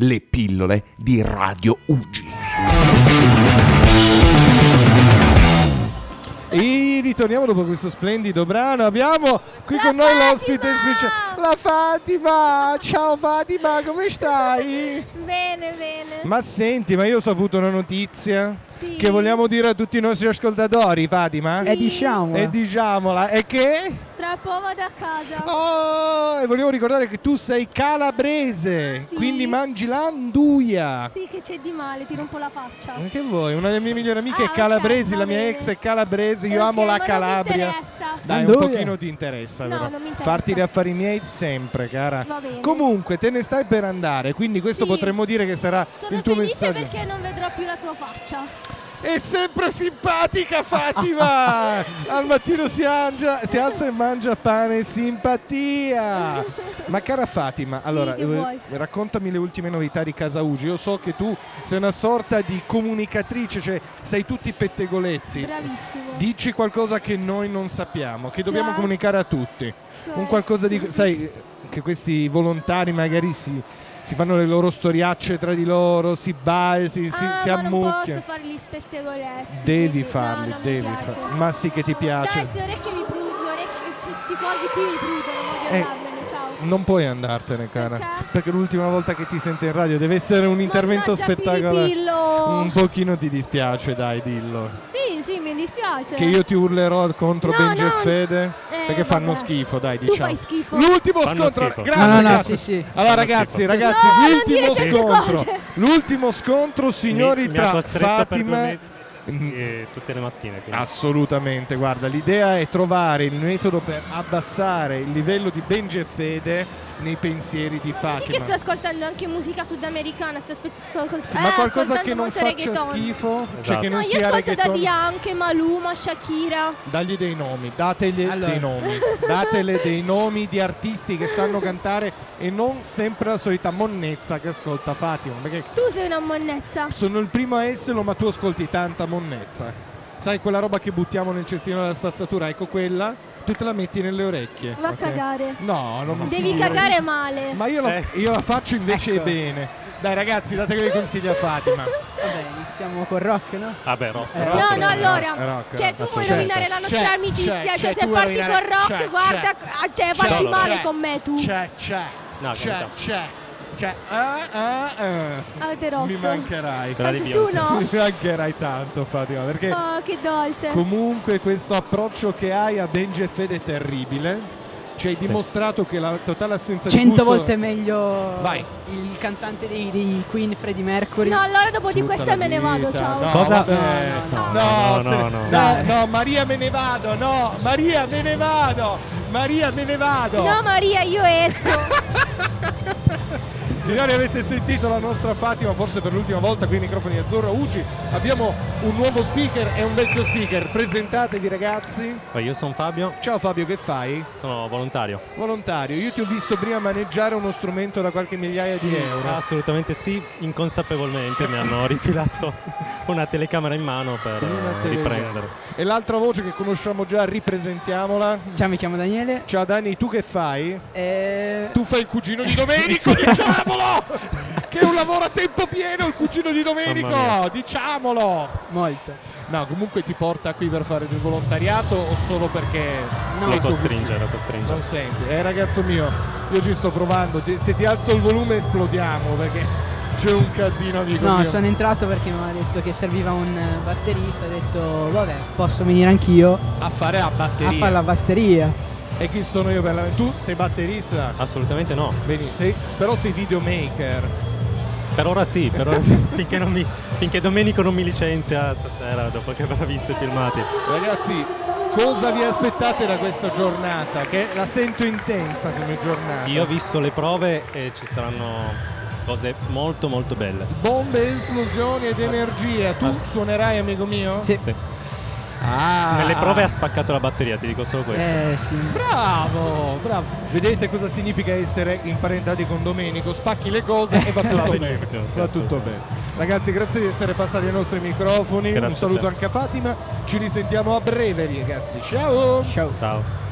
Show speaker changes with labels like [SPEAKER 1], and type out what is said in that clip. [SPEAKER 1] le pillole di Radio Ugi.
[SPEAKER 2] E ritorniamo dopo questo splendido brano. Abbiamo qui
[SPEAKER 3] La
[SPEAKER 2] con noi
[SPEAKER 3] Fatima!
[SPEAKER 2] l'ospite speciale, la Fatima. Ciao Fatima, come stai?
[SPEAKER 3] Bene, bene.
[SPEAKER 2] Ma senti, ma io ho saputo una notizia
[SPEAKER 3] Sì.
[SPEAKER 2] che vogliamo dire a tutti i nostri ascoltatori, Fatima.
[SPEAKER 3] Sì.
[SPEAKER 4] E diciamo.
[SPEAKER 2] E diciamola, e che?
[SPEAKER 3] Tra poco vado a casa.
[SPEAKER 2] Oh, e volevo ricordare che tu sei calabrese,
[SPEAKER 3] Sì.
[SPEAKER 2] quindi mangi l'anduia.
[SPEAKER 3] Sì, che c'è di male, ti rompo la faccia.
[SPEAKER 2] Ma Che vuoi? Una delle mie migliori amiche
[SPEAKER 3] Ah,
[SPEAKER 2] è
[SPEAKER 3] ok,
[SPEAKER 2] calabrese,
[SPEAKER 3] va
[SPEAKER 2] la mia
[SPEAKER 3] bene.
[SPEAKER 2] ex è calabrese, io
[SPEAKER 3] Ok,
[SPEAKER 2] amo la
[SPEAKER 3] ma
[SPEAKER 2] Calabria.
[SPEAKER 3] Non mi interessa.
[SPEAKER 2] Dai, un
[SPEAKER 4] Anduia.
[SPEAKER 2] pochino ti interessa
[SPEAKER 3] No,
[SPEAKER 2] però.
[SPEAKER 3] non mi interessa.
[SPEAKER 2] Farti gli affari miei sempre, cara.
[SPEAKER 3] Va bene.
[SPEAKER 2] Comunque, te ne stai per andare, quindi questo
[SPEAKER 3] Sì.
[SPEAKER 2] potremmo dire che sarà
[SPEAKER 3] Sono
[SPEAKER 2] il tuo
[SPEAKER 3] felice
[SPEAKER 2] messaggio.
[SPEAKER 3] perché non vedrò più la tua faccia.
[SPEAKER 2] È sempre simpatica Fatima! Al mattino si, angia- si alza e mangia pane e simpatia! Ma cara Fatima,
[SPEAKER 3] Sì,
[SPEAKER 2] allora
[SPEAKER 3] che
[SPEAKER 2] eh,
[SPEAKER 3] vuoi?
[SPEAKER 2] raccontami le ultime novità di Casa Ugi. Io so che tu sei una sorta di comunicatrice, cioè sai tutti i pettegolezzi.
[SPEAKER 3] Bravissimo.
[SPEAKER 2] Dici qualcosa che noi non sappiamo, che dobbiamo
[SPEAKER 3] Già.
[SPEAKER 2] comunicare a tutti.
[SPEAKER 3] Cioè-
[SPEAKER 2] Un qualcosa di... sai che questi volontari magari si, si fanno le loro storiacce tra di loro, si balti, si,
[SPEAKER 3] ah,
[SPEAKER 2] si
[SPEAKER 3] ma non
[SPEAKER 2] ammucchiano.
[SPEAKER 3] posso fare gli spettegolezzi.
[SPEAKER 2] Devi
[SPEAKER 3] quindi- no,
[SPEAKER 2] farli,
[SPEAKER 3] non mi
[SPEAKER 2] devi
[SPEAKER 3] piace.
[SPEAKER 2] farli. Ma sì che ti piace.
[SPEAKER 3] Dai, queste orecchie mi prudono, orecchie, questi cosi qui mi prudono, voglio
[SPEAKER 2] Eh,
[SPEAKER 3] andarmene, ciao.
[SPEAKER 2] Non puoi andartene, cara.
[SPEAKER 3] Perché?
[SPEAKER 2] l'ultima volta che ti sento in radio deve essere un intervento
[SPEAKER 3] Mannaggia,
[SPEAKER 2] spettacolare.
[SPEAKER 3] Piripillo.
[SPEAKER 2] Un pochino ti dispiace, dai, dillo.
[SPEAKER 3] Sì, sì, mi dispiace.
[SPEAKER 2] Che io ti urlerò contro
[SPEAKER 3] No,
[SPEAKER 2] Benji
[SPEAKER 3] no.
[SPEAKER 2] e Fede.
[SPEAKER 3] Eh,
[SPEAKER 2] perché fanno
[SPEAKER 3] vabbè.
[SPEAKER 2] schifo, dai,
[SPEAKER 3] Tu
[SPEAKER 2] diciamo.
[SPEAKER 3] fai schifo.
[SPEAKER 2] L'ultimo
[SPEAKER 5] Fanno
[SPEAKER 2] scontro,
[SPEAKER 5] schifo.
[SPEAKER 2] grazie.
[SPEAKER 4] No, no, no,
[SPEAKER 2] grazie.
[SPEAKER 4] sì, sì.
[SPEAKER 2] Allora,
[SPEAKER 5] Fanno
[SPEAKER 2] ragazzi,
[SPEAKER 5] schifo.
[SPEAKER 2] ragazzi,
[SPEAKER 3] No, non dire
[SPEAKER 2] l'ultimo
[SPEAKER 3] certe
[SPEAKER 2] scontro.
[SPEAKER 3] cose.
[SPEAKER 2] L'ultimo scontro, signori,
[SPEAKER 5] mi, mi ha
[SPEAKER 2] tra
[SPEAKER 5] costretto
[SPEAKER 2] Fatima
[SPEAKER 5] per due mesi eh, tutte le mattine. quindi.
[SPEAKER 2] Assolutamente, guarda, l'idea è trovare il metodo per abbassare il livello di Benji e Fede nei pensieri di
[SPEAKER 3] Ma perché
[SPEAKER 2] Fatima.
[SPEAKER 3] sto ascoltando anche musica sudamericana, sto, aspe- sto ascol-
[SPEAKER 2] Sì,
[SPEAKER 3] eh,
[SPEAKER 2] ma qualcosa che
[SPEAKER 3] ascoltando
[SPEAKER 2] non
[SPEAKER 3] molto
[SPEAKER 2] faccia
[SPEAKER 3] reggaeton.
[SPEAKER 2] schifo, cioè
[SPEAKER 5] Esatto.
[SPEAKER 2] che
[SPEAKER 3] No,
[SPEAKER 2] non
[SPEAKER 3] io
[SPEAKER 2] sia
[SPEAKER 3] ascolto da
[SPEAKER 2] reggaeton.
[SPEAKER 3] anche Maluma, Shakira.
[SPEAKER 2] Dagli dei nomi, dategli
[SPEAKER 4] Allora.
[SPEAKER 2] dei nomi, datele dei nomi di artisti che sanno cantare e non sempre la solita monnezza che ascolta Fatima, perché
[SPEAKER 3] Tu sei una monnezza.
[SPEAKER 2] sono il primo a esserlo, ma tu ascolti tanta monnezza. Sai quella roba che buttiamo nel cestino della spazzatura? Ecco quella, tu te la metti nelle orecchie.
[SPEAKER 3] Va a
[SPEAKER 2] ok?
[SPEAKER 3] cagare.
[SPEAKER 2] No, non mi
[SPEAKER 3] Devi
[SPEAKER 2] sembra.
[SPEAKER 3] cagare male.
[SPEAKER 2] Ma io la, io la faccio invece
[SPEAKER 4] Ecco.
[SPEAKER 2] bene. Dai ragazzi, date dei consigli a Fatima.
[SPEAKER 3] Cioè,
[SPEAKER 4] Vabbè, iniziamo col rock, no?
[SPEAKER 5] Vabbè, no.
[SPEAKER 3] No,
[SPEAKER 4] Eh,
[SPEAKER 3] no,
[SPEAKER 2] assolutamente.
[SPEAKER 3] allora,
[SPEAKER 2] Eh, rock,
[SPEAKER 3] cioè
[SPEAKER 2] rock,
[SPEAKER 3] tu vuoi
[SPEAKER 2] certo.
[SPEAKER 3] rovinare la nostra
[SPEAKER 2] C'è,
[SPEAKER 3] amicizia,
[SPEAKER 2] c'è, c'è,
[SPEAKER 3] cioè se
[SPEAKER 2] tu
[SPEAKER 3] parti
[SPEAKER 2] vuoi
[SPEAKER 3] col rock,
[SPEAKER 2] rovinare- c'è,
[SPEAKER 3] guarda, ah, cioè parti
[SPEAKER 5] C'è,
[SPEAKER 3] male
[SPEAKER 2] c'è,
[SPEAKER 3] con me tu.
[SPEAKER 2] C'è, c'è,
[SPEAKER 5] No,
[SPEAKER 2] c'è,
[SPEAKER 5] carità.
[SPEAKER 2] c'è, c'è. Ah, ah, ah.
[SPEAKER 3] Avete rotto.
[SPEAKER 2] Mi mancherai.
[SPEAKER 5] Quella di
[SPEAKER 3] Anche tu
[SPEAKER 5] Beyoncé.
[SPEAKER 3] no.
[SPEAKER 2] Mi mancherai tanto Fatima, perché
[SPEAKER 3] Oh, che dolce.
[SPEAKER 2] comunque questo approccio che hai a Benji e Fede è terribile. Ci hai
[SPEAKER 5] Sì.
[SPEAKER 2] dimostrato che la totale assenza di
[SPEAKER 4] Cento
[SPEAKER 2] gusto...
[SPEAKER 4] volte meglio
[SPEAKER 2] Vai.
[SPEAKER 4] il cantante dei, dei Queen, Freddie Mercury.
[SPEAKER 3] No, allora dopo di
[SPEAKER 2] Tutta
[SPEAKER 3] questa
[SPEAKER 2] la
[SPEAKER 3] me ne vado,
[SPEAKER 2] vita.
[SPEAKER 3] ciao.
[SPEAKER 2] No,
[SPEAKER 5] Cosa-
[SPEAKER 2] vabbè.
[SPEAKER 4] No, no,
[SPEAKER 5] no,
[SPEAKER 2] No,
[SPEAKER 5] no,
[SPEAKER 2] se-
[SPEAKER 5] no,
[SPEAKER 2] no,
[SPEAKER 5] no.
[SPEAKER 2] no,
[SPEAKER 3] Eh.
[SPEAKER 4] Dai.
[SPEAKER 2] Maria me ne vado, no, Maria me ne vado, Maria me ne vado.
[SPEAKER 3] No, Maria, io esco.
[SPEAKER 2] Signori avete sentito la nostra Fatima forse per l'ultima volta qui ai microfoni Azzurra Uci. Abbiamo un nuovo speaker e un vecchio speaker. Presentatevi ragazzi.
[SPEAKER 5] Poi Io sono Fabio,
[SPEAKER 2] Ciao Fabio, che fai?
[SPEAKER 5] sono volontario.
[SPEAKER 2] Volontario, io ti ho visto prima maneggiare uno strumento da qualche migliaia
[SPEAKER 5] Sì,
[SPEAKER 2] di euro.
[SPEAKER 5] Assolutamente sì, inconsapevolmente mi hanno rifilato una telecamera in mano per
[SPEAKER 2] Una
[SPEAKER 5] eh,
[SPEAKER 2] telecamera.
[SPEAKER 5] riprendere.
[SPEAKER 2] E l'altra voce che conosciamo già, ripresentiamola.
[SPEAKER 4] Ciao, mi chiamo Daniele. Eh,
[SPEAKER 2] Ciao Dani, tu che fai?
[SPEAKER 4] E...
[SPEAKER 2] Tu fai il cugino di Domenico, diciamolo! Che è un lavoro a tempo pieno il cugino di
[SPEAKER 5] Mamma
[SPEAKER 2] Domenico, diciamolo!
[SPEAKER 4] Molto.
[SPEAKER 2] No, comunque ti porta qui per fare del volontariato o solo perché
[SPEAKER 4] No,
[SPEAKER 5] Lo
[SPEAKER 4] ecco,
[SPEAKER 5] costringe, lo costringe.
[SPEAKER 2] non senti? Eh ragazzo mio, io ci sto provando, ti- se ti alzo il volume esplodiamo perché c'è un casino amico
[SPEAKER 4] No,
[SPEAKER 2] mio.
[SPEAKER 4] sono entrato perché mi aveva detto che serviva un eh, batterista. Ho detto, vabbè, posso venire anch'io
[SPEAKER 2] A fare a batteria. Oh,
[SPEAKER 4] a fare la batteria.
[SPEAKER 2] E chi sono io per la... Tu sei batterista?
[SPEAKER 5] Assolutamente no.
[SPEAKER 2] Bene, sei... però sei videomaker.
[SPEAKER 5] Per ora sì, per ora sì. finché, non mi- finché Domenico non mi licenzia stasera dopo che avrà visto i filmati.
[SPEAKER 2] Ragazzi, cosa vi aspettate da questa giornata? Che la sento intensa come giornata.
[SPEAKER 5] Io ho visto le prove e ci saranno cose molto molto belle.
[SPEAKER 2] Bombe, esplosioni ed energia. Tu
[SPEAKER 5] Ma s-
[SPEAKER 2] suonerai, amico mio?
[SPEAKER 4] Sì.
[SPEAKER 5] Sì.
[SPEAKER 2] Ah.
[SPEAKER 5] Nelle prove ha spaccato la batteria, ti dico solo questo.
[SPEAKER 4] Eh, sì.
[SPEAKER 2] Bravo, bravo. Vedete cosa significa essere imparentati con Domenico? Spacchi le cose e va tutto bene.
[SPEAKER 5] Benissimo, sì,
[SPEAKER 2] va tutto
[SPEAKER 5] assolutamente.
[SPEAKER 2] bene. Ragazzi, grazie di essere passati ai nostri microfoni.
[SPEAKER 5] Grazie
[SPEAKER 2] Un
[SPEAKER 5] a
[SPEAKER 2] saluto
[SPEAKER 5] te.
[SPEAKER 2] anche a Fatima. Ci risentiamo a breve, ragazzi. Ciao.
[SPEAKER 4] Ciao.
[SPEAKER 5] Ciao.